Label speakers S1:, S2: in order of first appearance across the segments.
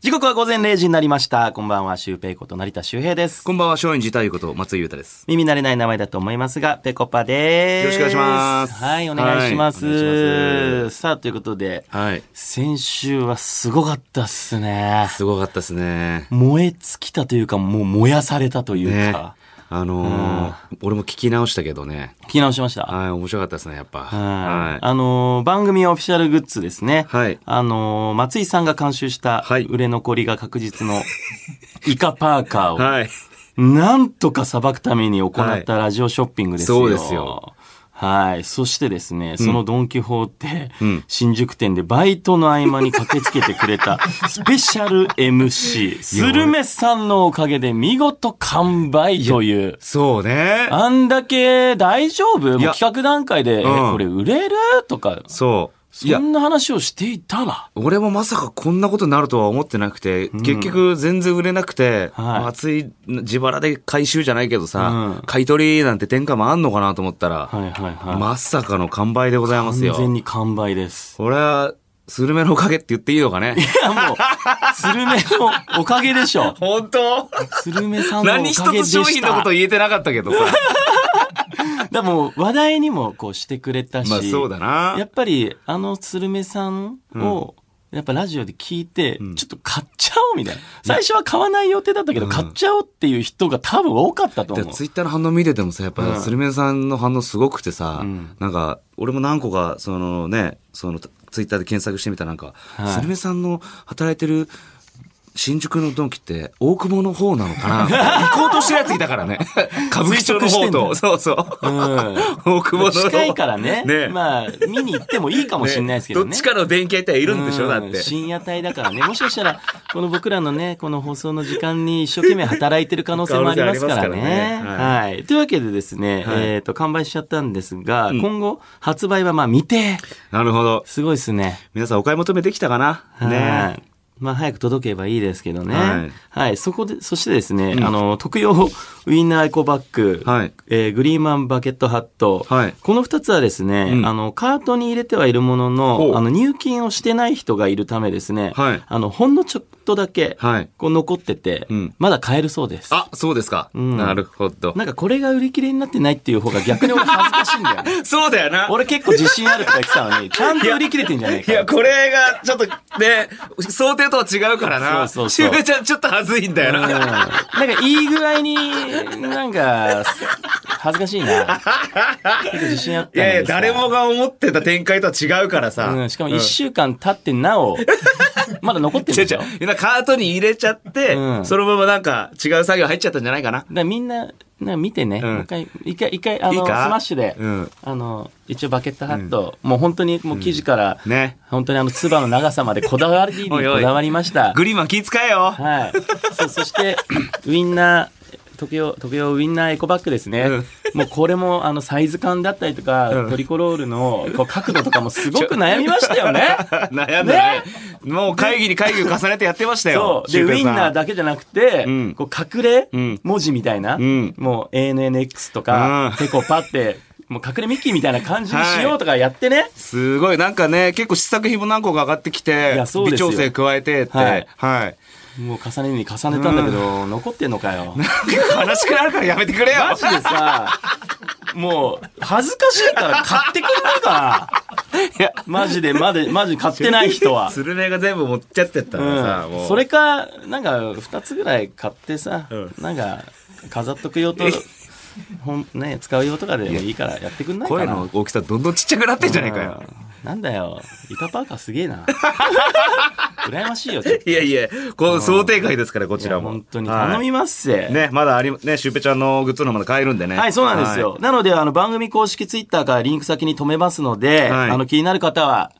S1: 時刻は午前0時になりました。こんばんは、シュウペイこと成田修平です。
S2: こんばんは、松陰寺太夫こと松井裕太です。
S1: 耳慣れない名前だと思いますが、ペコパです。
S2: よろしくお願いします
S1: はい、お願いします。
S2: はいお願いしま
S1: さあ、ということで、
S2: はい。
S1: 先週はすごかったっすね。
S2: すごかったで すね。
S1: 燃え尽きたというか、もう燃やされたという
S2: ね
S1: か。。
S2: あのー俺も聞き直したけどね。
S1: 聞き直しました。
S2: はい、面白かったですね、やっぱ。
S1: はい。
S2: は
S1: あのー番組オフィシャルグッズですね。
S2: はい
S1: あのー松井さんが監修した
S2: はい、
S1: 売れ残りが確実の、イカパーカーを、
S2: い。 はい。
S1: なんとか裁くために行ったラジオショッピングですよ。
S2: はいそうですよ。
S1: はい。そしてですね、そのドン・キホーテ、
S2: うん
S1: 新宿店でバイトの合間に駆けつけてくれた スペシャル MC、スルメさんのおかげで見事完売という。
S2: そうね。
S1: あんだけ大丈夫
S2: い
S1: もう
S2: や
S1: 企画段階で、え
S2: うん
S1: これ売れるとか、
S2: そう。い
S1: そ
S2: や、
S1: んな話をしていたら。
S2: 俺もまさかこんなことになるとは思ってなくて、結局全然売れなくて、
S1: はい
S2: 松井自腹で回収じゃないけどさ、
S1: うん
S2: 買い取りなんて天下もあんのかなと思った
S1: は
S2: ら、
S1: いはいはい。
S2: まさかの完売でございます
S1: 完
S2: よ。
S1: 全に完売です。
S2: これは、スルメのおかげって言っていいの かね。
S1: いやもう、スルメのおかげでしょ。
S2: 本当
S1: スルメさんのおかげ
S2: 何
S1: で
S2: 一
S1: した。
S2: つ商品のこと言えてなかったけどさ。
S1: でも話題にもこうしてくれたし、
S2: まあそうだ
S1: やっ
S2: な。
S1: ぱりあのスルメさんを、やっぱラジオで聞いて、ちょっと買っちゃおうみたいな。最初は買わない予定だったけど、
S2: うん
S1: 買っちゃおうっていう人が多分多かったと
S2: で
S1: 思う。
S2: ツイッターの反応見ててもさ、やっ
S1: う
S2: ぱ
S1: ん
S2: スルメさんの反応すごくてさ、
S1: うん
S2: なんか、俺も何個か、そのね、そのツイッターで検索してみたらなんか、
S1: い
S2: スルメさんの働いてる新宿のドンキって大久保の方なのかな 行こうとしてるやついたからね。歌舞伎町の方と。そうそう。
S1: うん。
S2: 大久保の方
S1: 近いからね
S2: ね
S1: まあ、見に行ってもいいかもしれないですけどね。
S2: っちかの電気屋っているんでしょ、だっ
S1: うん
S2: て。
S1: 深夜帯だからね。もしかしたら、この僕らのね、この放送の時間に一生懸命働いてる可能性もありますから
S2: 可能性あ
S1: ね。
S2: りますからね
S1: はい、というわけでですね、
S2: はい
S1: えっ、と、完売しちゃったんですが、
S2: うん
S1: 今後、発売はまあ未定。
S2: なるほど。
S1: すごいですね。
S2: 皆さんお買い求めできたかな
S1: は
S2: ね
S1: いまあ早く届けばいいですけどね。は
S2: はいい。
S1: そこで、そしてですね、あの、特用ウインナーエコバッグ、
S2: はい
S1: えーグリーンマンバケットハット、
S2: はい
S1: この二つはですね、
S2: うん
S1: あの、カートに入れてはいるもの
S2: ほ
S1: の、
S2: う
S1: あの、入金をしてない人がいるためですね、
S2: はい
S1: あの、ほんのちょっとだけ、
S2: はい。
S1: こう残ってて、
S2: うん
S1: まだ買えるそうです。
S2: あ、そうですか。
S1: ん
S2: なるほど。。
S1: なんかこれが売り切れになってないっていう方が逆に俺恥ずかしいんだよね
S2: そうだよな。
S1: 俺結構自信あるとか言ってたのに、ちゃんと売り切れてんじゃない
S2: い
S1: か。
S2: や、これが、ちょっと、ね、想定とは違うからな。
S1: そう そうそう
S2: しゅうちゃん、ちょっと恥ずいんだよ
S1: うん
S2: な。
S1: なんかいい具合に、なんか、恥ずかしいな。結構自信あったん
S2: い
S1: で
S2: やいや、
S1: さ
S2: 誰もが思ってた展開とは違うからさ。
S1: うん、しかも一週間経ってなお、まだ残ってる
S2: 違
S1: で
S2: う
S1: し
S2: 違
S1: ょだか
S2: う。なんかカートに入れちゃって、
S1: うん
S2: そのままなんか違う作業入っちゃったんじゃないかな。
S1: らみんな、なんか見てね、
S2: うん
S1: もう一回、一回、一回、あの、
S2: いい
S1: ス
S2: か
S1: マッシュで、
S2: うん
S1: あの、一応バケットハット、もう本当にもう生地から、
S2: ね。
S1: 本当にあの、つばの長さまでこだわりにこ
S2: おいおい
S1: だわりました。
S2: グリーンマン気遣え よ。
S1: はい。そ、そして、ウインナー、特用、特用ウインナーエコバッグですね。
S2: うん
S1: もうこれも、あの、サイズ感だったりとか、
S2: ん
S1: トリコロールの、こう、角度とかもすごく悩みましたよ ね。
S2: 悩んだね。もう会議に会議を重ねてやってましたよ
S1: そ。う。で、
S2: シュ
S1: ウ
S2: ウペ
S1: イン
S2: イさん
S1: ナーだけじゃなくて、
S2: うん
S1: こう、隠れ
S2: うん
S1: 文字みたいな、
S2: ん
S1: もう、ANNX とか、
S2: うん
S1: ペコパって、もう隠れミッキーみたいな感じにしようとかやってね。
S2: すごい、なんかね、結構試作品も何個か上がってき
S1: い
S2: て
S1: や、そうで
S2: 微
S1: すよ
S2: 調整加えてって、
S1: は
S2: はいい。
S1: もう重ねに重ねたんだけど、残ってんのかよ。
S2: 悲しくなるからやめてくれよ
S1: マジでさ、もう、恥ずかしいから買ってくれないかな。いや、マジで、まで、マジ買ってない人 は。
S2: スルメが全部持っちゃってった
S1: う
S2: らさ、
S1: ん
S2: もう。
S1: それか、なんか、二つぐらい買ってさ、
S2: うん
S1: なんか、飾っとく用と、ほん、ね、使う用とかでもいいからやってくんないかな。
S2: 声の大きさどんどんちっちゃくなってんじゃないか
S1: う
S2: よ。
S1: んなんだよ、イカパーカーすげえ な。羨まし いよ、ちょっと。
S2: いやいや、こう想定外ですから、こち
S1: い
S2: ら
S1: や
S2: も。
S1: 本当に頼み
S2: ま
S1: ますせ。
S2: ね、まだあり、ね、シュウペイちゃんのグッズのまだ買えるんでね。
S1: はい、そうなんですよ。
S2: はい。
S1: なので、あの、番組公式ツイッターからリンク先に止めますので、
S2: はい
S1: あの、気になる方は、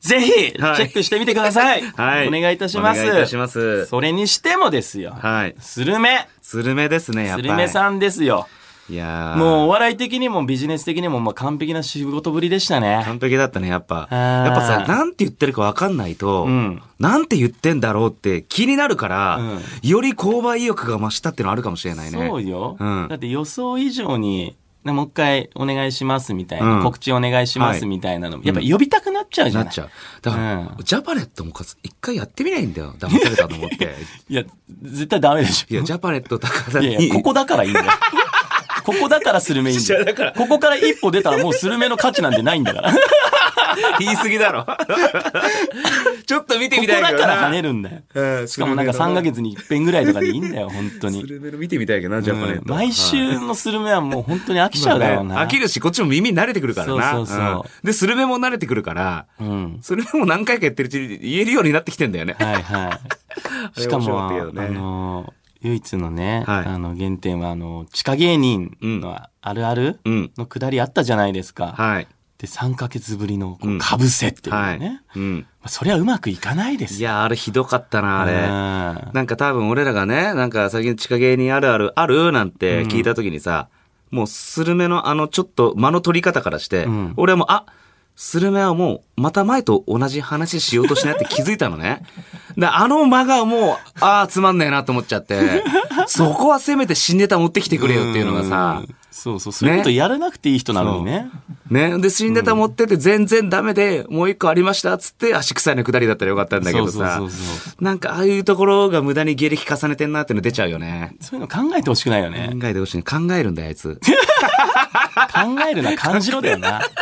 S1: ぜひ、チェ
S2: はい
S1: ックしてみてください。
S2: はい
S1: お願いいたします。
S2: お願いいたします
S1: それにしてもですよ。
S2: はい。
S1: スルメ、
S2: スルメですね、やっ
S1: ス
S2: ぱり。
S1: ルメさんですよ。
S2: ん。いやー
S1: もう、お笑い的にもビジネス的にも、まあ、完璧な仕事ぶりでしたね。
S2: 完璧だったね、やっぱ。
S1: あー
S2: やっぱさ、なんて言ってるかわかんないと、
S1: うん
S2: なんて言ってんだろうって気になるから、
S1: うん
S2: より購買意欲が増したっていうのはあるかもしれないね。
S1: そうよ、
S2: うん
S1: だって予想以上に、なもう一回お願いしますみたいな、
S2: うん
S1: 告知お願いしま
S2: は
S1: す
S2: い
S1: みたいなのも、やっぱ呼びたくなっちゃうじゃ
S2: な
S1: ない
S2: っちゃう。だから、
S1: うん
S2: ジャパネットもかつ一回やってみないんだよ。騙されたと 思って。
S1: いや、絶対ダメでし
S2: いや、ジャパネット高
S1: ょ。
S2: 田
S1: い
S2: に。
S1: やいや、ここだからいいん だよ。ここだからスルメいいんだ
S2: いやだか
S1: よ。ここから一歩出たらもうスルメの価値なんてないんだから。こ
S2: 言い過ぎ だろ。ちょっと見て
S1: こ
S2: みたいけ
S1: だ
S2: ど
S1: から跳ね
S2: る。
S1: るんだよ。
S2: うん
S1: しかもなんか3ヶ。月に一遍ぐらいとかでいいんだよ、本当
S2: ス
S1: に。
S2: ルメの見てみたいけどな、ジャパネ
S1: う
S2: ッ
S1: ん
S2: ト。
S1: 毎
S2: はい
S1: 週のスルメはもう本当に飽きちゃうだろう
S2: まあ
S1: な。
S2: ね飽きるし、こっちも耳慣れてくるからな。
S1: そうそうそうん
S2: で、スルメも慣れてくるから、
S1: うん。
S2: スルメも何回かやってるうちに言えるようになってきてんだよね。
S1: はい はい。しかも、
S2: あ
S1: あ
S2: れ面白かったけどね
S1: の、唯一のね、
S2: はい
S1: あの、原点は、あの、地下芸人のあるある
S2: うん。
S1: のくだりあったじゃないですか。
S2: はい。
S1: で、3ヶ月ぶりの
S2: うん
S1: かぶせっていうね。
S2: はい。
S1: ま
S2: うん。
S1: あ、それはうまくいかないです
S2: い
S1: よ。
S2: や、あれひどかったな、あれ。
S1: れ
S2: なんか多分俺らがね、なんか最近地下芸人あるあるあるなんて聞いた時にさ、もうスルメのあのちょっと間の取り方からして、
S1: うん
S2: 俺はもう、あ、スルメはもうまた前と同じ話しようとしないって気づいたのね。 で、あの間がもう、ああ、つまんねえなと思っちゃって、そこはせめて新ネタ持ってきてくれよっていうのがさ、
S1: そうそう、そういうことやらなくていい人なのにね。
S2: ね。で、新ネタ持ってて全然ダメで、もう一個ありましたっつって足臭いのくだりだったらよかったんだけ
S1: そう
S2: ど
S1: そう
S2: さ
S1: そう、そう。
S2: なんかああいうところが無駄に芸歴重ねてんなっていうの出ちゃうよね。
S1: そういうの考えてほしくないよね。
S2: 考えてほしいね。考えるんだよ、あ いつ。
S1: 考えるな、感じろだよな。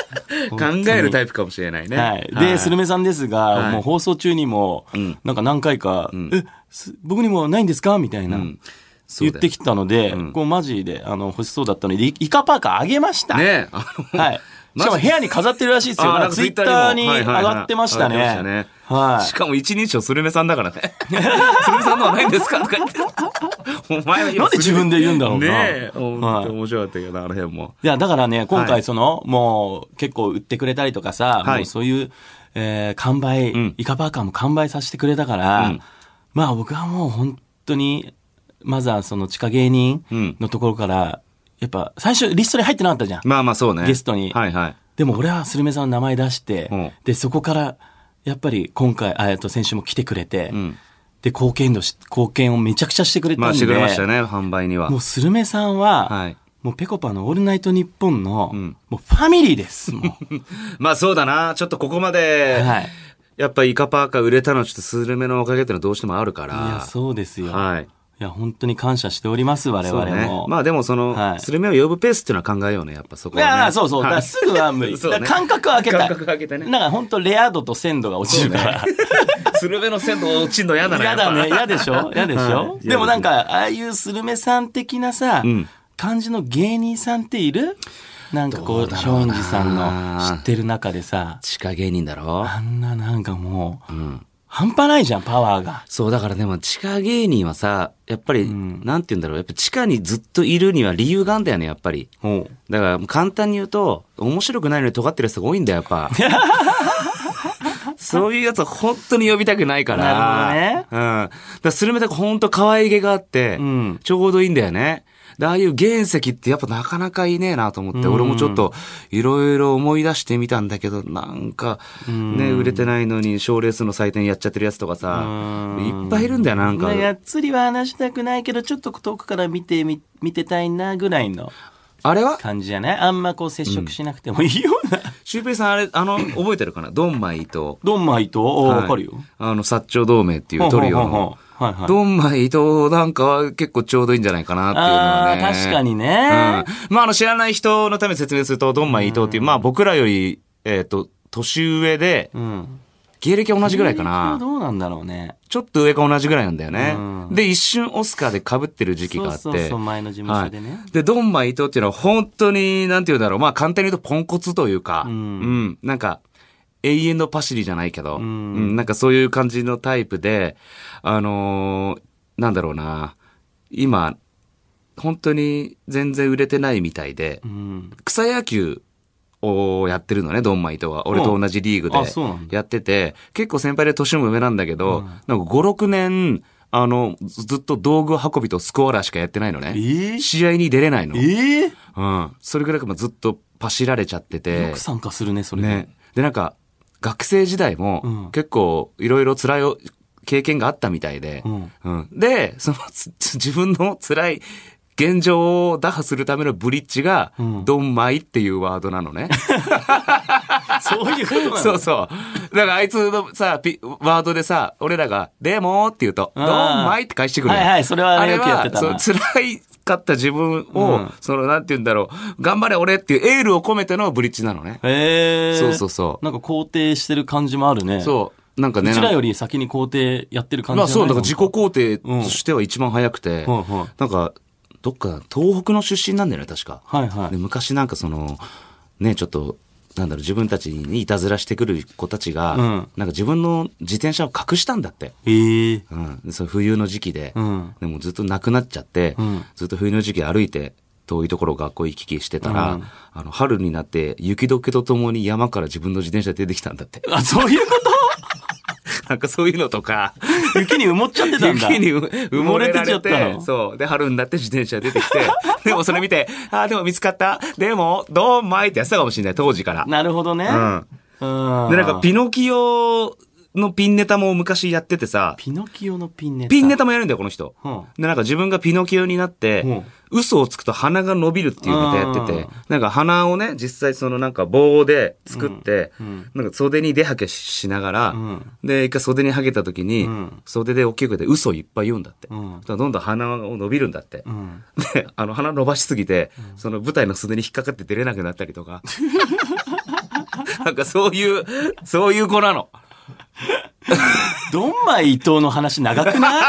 S2: 考えるタイプかもしれないね。
S1: はい。で、スル
S2: メ。
S1: メさんですが、
S2: い
S1: もう放送中にも、
S2: うん
S1: なんか何回か、え、す僕にもないんですかみたいな、
S2: うんそう
S1: 言っ
S2: だよ
S1: てきたので、
S2: ん
S1: こうマジで、あの、欲しそうだったので、イイカパーカーあげました。
S2: ねえ。あの
S1: はい。しかも部屋に飾ってるらしいですよ。
S2: あ
S1: なん かツイッターに
S2: はい
S1: 上
S2: はいはい
S1: がってましたね。
S2: 上
S1: は
S2: がっ
S1: い
S2: てましたねしかも一人称スルメさんだからね。 スルメさんのはないんですかとか言って。お前は今
S1: なんで自分で言うんだろうな
S2: ねえ。本
S1: はい
S2: 当面白かったけどな、あの辺も。
S1: いや、だからね、今
S2: は
S1: 回
S2: い
S1: その、もう結構売ってくれたりとかさ、
S2: はい
S1: もうそういう、えー、完売、
S2: ん
S1: イカパーカーも完売させてくれたから、
S2: うん
S1: まあ僕はもう本当に、まずはその地下芸人
S2: うん
S1: のところから、やっぱ最初リストに入ってなかったじゃん。
S2: まあまあそうね。
S1: ゲストに
S2: はいはい。
S1: でも俺はスルメさんの名前出して、
S2: うん
S1: で、そこから、やっぱり今回、あえっと、先週も来てくれて、
S2: うん
S1: で、貢献度し、貢献をめちゃくちゃしてくれたんで、
S2: まあしてくれましたね、販売には
S1: もう。スルメさんは、
S2: はい
S1: もうペコパのオールナイトニッポンの、
S2: ん
S1: もうファミリーです、も う。
S2: まあそうだな。ちょっとここまで、
S1: はい。
S2: やっぱイカパーカー売れたのはちょっとスルメのおかげっていうのはどうしてもあるか
S1: いや、
S2: ら。
S1: そうですよ。い。
S2: はい。
S1: や、本当に感謝しております、我
S2: そう
S1: 々
S2: ね
S1: も。
S2: まあでもその、
S1: はい
S2: スルメを呼ぶペースっていうのは考えようね、やっぱそこ
S1: い
S2: は、ね。
S1: や、そうそう。だ
S2: は
S1: か
S2: い
S1: らすぐは無理。
S2: そうね
S1: だから間隔は空けたい。
S2: 間隔空けてね
S1: なんか本当レア度と鮮度が落ちるから。
S2: スルメの鮮度落ちんの嫌だ
S1: 嫌
S2: な。やっぱ
S1: だね。。嫌でしょ嫌でしょ、
S2: はい
S1: でもなんか、ああいうスルメさん的なさ、
S2: うん
S1: 感じの芸人さんっているなんかこう、松陰寺さんの知ってる中でさ、
S2: 地下芸人だろ
S1: あんななんかもう、
S2: うん。
S1: 半端ないじゃん、パワーが。
S2: そう、だからでも地下芸人はさ、やっぱり、
S1: ん
S2: なんて言うんだろう。やっぱ地下にずっといるには理由があんだよね、やっぱり。だからもう簡単に言うと、面白くないのに尖ってるやつが多いんだよ、やっ ぱ。そういうやつは本当に呼びたくないから。
S1: なる
S2: ほどね。うん。だからスルメとか本当可愛げがあって、
S1: うん
S2: ちょうどいいんだよね。で、ああいう原石ってやっぱなかなかいねえなと思って、俺もちょっといろいろ思い出してみたんだけど、なんか、ね、売れてないのに賞レースの祭典やっちゃってるやつとかさ、
S1: うん
S2: いっぱいいるんだよ、なんか。
S1: がっつりは話したくないけど、ちょっと遠くから見てみ、見てたいなぐらいの
S2: あれは
S1: 感じじゃないあんまこう接触しなくてもいいよ うな。
S2: シュウペイさんあれ、あの、覚えてるかなドンマイと。
S1: ドンマイと、おー
S2: はい
S1: わかるよ。
S2: あの、薩長同盟っていうトリオ
S1: ほんほんほん
S2: の。
S1: ほんはいはい。
S2: ドンマイとなんかは結構ちょうどいいんじゃないかなっていうのは
S1: あ
S2: ね。
S1: あー、確かにね。
S2: うん。まあ、あの、知らない人のために説明すると、ドンマイ伊藤っていう、まあ、僕らより、えっ、と、年上で、
S1: うん。
S2: 芸歴は同じぐらいか
S1: 芸歴
S2: な。
S1: はどうなんだろうね。
S2: ちょっと上か同じぐらいなんだよね。
S1: うん
S2: で、一瞬オスカーで被ってる時期があって。
S1: そうそうそう、前の事務所でね
S2: は。い、で、ドンマイ伊藤っていうのは本当に、なんて言うんだろう。まあ、簡単に言うとポンコツというか、
S1: うん
S2: んなんか、永遠のパシリじゃないけど、
S1: ん
S2: うんなんかそういう感じのタイプで、あのーなんだろうな。今、本当に全然売れてないみたいで、
S1: うん。
S2: 草野球をやってるのね、ドンマイとは。俺と同じリーグで
S1: うんあそうなんだ
S2: やってて、結構先輩で年も上なんだけ
S1: う
S2: ど、
S1: ん
S2: なんか5、6年、あの、ずっと道具運びとスコアラーしかやってないの
S1: え
S2: ね。
S1: ー、
S2: 試合に出れないの。
S1: えー、
S2: うん。それぐらいかまあずっとパシられちゃって
S1: よ
S2: て
S1: く。参加するね、それで。
S2: ね。で、なんか、学生時代
S1: う
S2: も
S1: ん
S2: 結構いろいろ辛いお経験があったみたいで
S1: う、ん。
S2: うん。で、そのつ、つ自分の辛い現状を打破するためのブリッジが
S1: う、ん
S2: ドンマイっていうワードなのね。
S1: そういうことなの
S2: そうそう。だからあいつのさ、ピワードでさ、俺らが、でもって言うと、ド
S1: あー
S2: ンマイって返してくるのよ
S1: はいはいそれはね
S2: あれ
S1: よくやってた
S2: は
S1: な
S2: そう辛いかった自分を、
S1: うん
S2: その、なんて言うんだろう、頑張れ俺っていうエールを込めてのブリッジなのね。
S1: へえ。
S2: そうそうそ
S1: なんか肯定してる感じもあるね。
S2: う。そう。なんか
S1: う
S2: ね、
S1: ちらより先に肯定やってる感じ
S2: まあそう、だから自己
S1: 事故
S2: 肯定としては一番早くて、
S1: はいはい
S2: なんか、どっか、東北の出身なんだよね、確か。
S1: はいは
S2: で
S1: い。
S2: 昔なんかその、ね、ちょっと、なんだろう、自分たちにいたずらしてくる子たちが、
S1: うん
S2: なんか自分の自転車を隠したんだって。
S1: ええ。
S2: うん。でそう冬の時期で、
S1: うん。
S2: でもずっとなくなっちゃって、
S1: うん
S2: ずっと冬の時期歩いて、遠いところを学校行き来してたら、
S1: うん
S2: あの、春になって雪解けとともに山から自分の自転車で出てきたんだって。
S1: あ、そういうこと
S2: なんかそういうのとか、
S1: 雪に埋もっちゃってたんだ。
S2: 雪に埋もれられ
S1: 埋もれてちゃった
S2: て、
S1: の
S2: そう。で、春になって自転車出てきて、でもそれ見て、ああ、でも見つかった。でも、どんまいってやってたかもしれない、当時から。
S1: なるほどね。
S2: うん。
S1: うん。
S2: で、なんか、ピノキオのピンネタも昔やっててさ、
S1: ピノキオのピンネタ。
S2: ピンネタもやるんだよ、この人。
S1: うん。
S2: で、なんか自分がピノキオになって、
S1: うん
S2: 嘘をつくと鼻が伸びるっていうネタやって
S1: う
S2: て
S1: ん、
S2: なんか鼻をね、実際そのなんか棒で作って、
S1: うん
S2: なんか袖に出はけしながら、
S1: うん
S2: で、一回袖にはけた時に、
S1: うん
S2: 袖で大きい声で嘘をいっぱい言うんだって。
S1: うん
S2: だからどんどん鼻を伸びるんだって。
S1: うん。
S2: で、あの、鼻伸ばしすぎて、その舞台の袖に引っかかって出れなくなったりとか。 なんかそういう、そういう子なの。
S1: ドンマイ伊藤の話長くない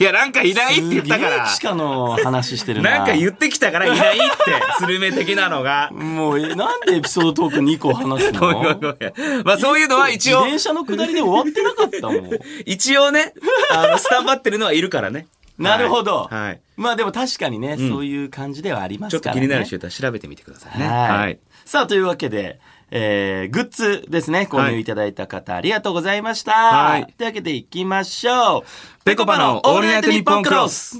S2: いや、なんか いないって言ったか
S1: すげえ
S2: ら。
S1: 地下の話してるな。
S2: なんか言ってきたからいないって、 スルメ的なの が。
S1: もう、えなんでエピソードトーク2個話す
S2: ごめんごめ
S1: の
S2: んごめん。まあそういうのは一
S1: 自
S2: 応、
S1: 転車の下りで終わってなかった もん。
S2: 一応ね、あの、スタンバってるのはいるからね。
S1: なるほど。
S2: はいはい。
S1: まあでも確かにね、そういう感じではありま
S2: ちょ
S1: す
S2: っ
S1: か
S2: と
S1: ら
S2: 気
S1: ね。
S2: になる人いたら調べてみてくださいね。
S1: はい。
S2: はい。
S1: さあ、というわけで、えー、グッズですね。購
S2: は
S1: 入
S2: い
S1: いただいた方、ありがとうございました。
S2: はい
S1: というわけで行きましょう。
S2: ぺこぱのオールナイトニッポンクロス。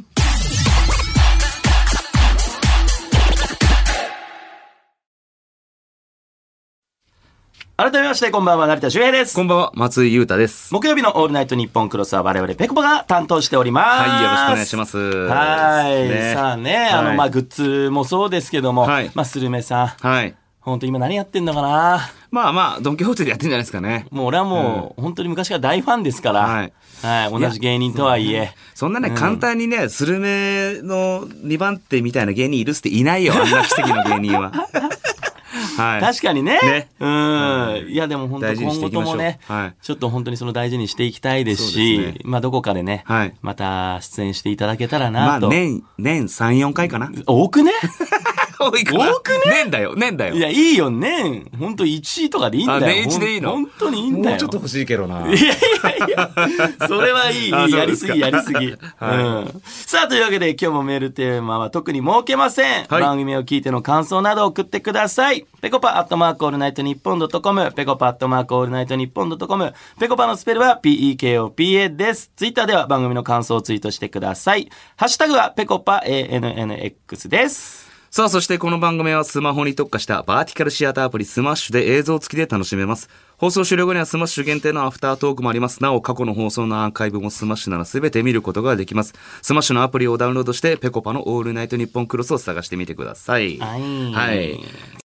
S1: 改めまして、こんばんは、成田修平です
S2: こ。んばんは、松井裕太です。
S1: 木曜日のオールナイトニッポンクロスは我々ペコパが担当しております。
S2: はい、よろしくお願いします。
S1: はい。
S2: ね
S1: さあね、あの、まあ、グッズもそうですけども、
S2: はい
S1: まあ、スルメさん、
S2: はい。
S1: 本当今何やってんのかな
S2: まあまあ、ドンキホーテでやってんじゃないですかね。
S1: もう俺はもう、本当に昔から大ファンですから、は
S2: はいい。
S1: 同じ芸人とはいえ。
S2: そんなね、簡単にね、スルメの2番手みたいな芸人いるっつっていない よ、あんな奇跡の芸人は。はい。
S1: 確かにね。
S2: ね
S1: うん。いや、でも本当
S2: 大事
S1: 今
S2: にして
S1: 後
S2: いき
S1: と
S2: ましょう
S1: もね、
S2: はい
S1: ちょっと本当にその大事にしていきたいです
S2: そう
S1: し、
S2: ですね
S1: まあ、どこかでね、
S2: はい
S1: また出演していただけたら
S2: まあ、
S1: なと。
S2: 年、年3、4回 かな。
S1: 多くね
S2: 多 いかな。多くね年だよ、年だよ
S1: い。や、いいよ、年、本当1位とかでいいんだよ。
S2: あ年一でいいの
S1: ほん本当にいいんだよ。
S2: 欲しいけどな。
S1: いやいやいや、それはいい。
S2: あそ
S1: や
S2: うで
S1: り
S2: す
S1: す
S2: か
S1: ぎ、やりすぎ。
S2: は
S1: うん。さあ、というわけで今日もメールテーマは特に設けません。
S2: はい
S1: 番組を聞いての感想など送ってください。ペコパアットマークオールナイトニッポンドットコム、ペコパアットマークオールナイトニッポンドットコム、ペコパのスペルは PEKOPA です。ツイッターでは番組の感想をツイートしてください。ハッシュタグはペコパ ANNX です。
S2: さあ、そしてこの番組はスマホに特化したバーティカルシアターアプリスマッシュで映像付きで楽しめます。放送終了後にはスマッシュ限定のアフタートークもあります。なお、過去の放送のアーカイブもスマッシュなら全て見ることができます。スマッシュのアプリをダウンロードして、ペコパのオールナイトニッポンクロスを探してみてください。
S1: はい
S2: はい。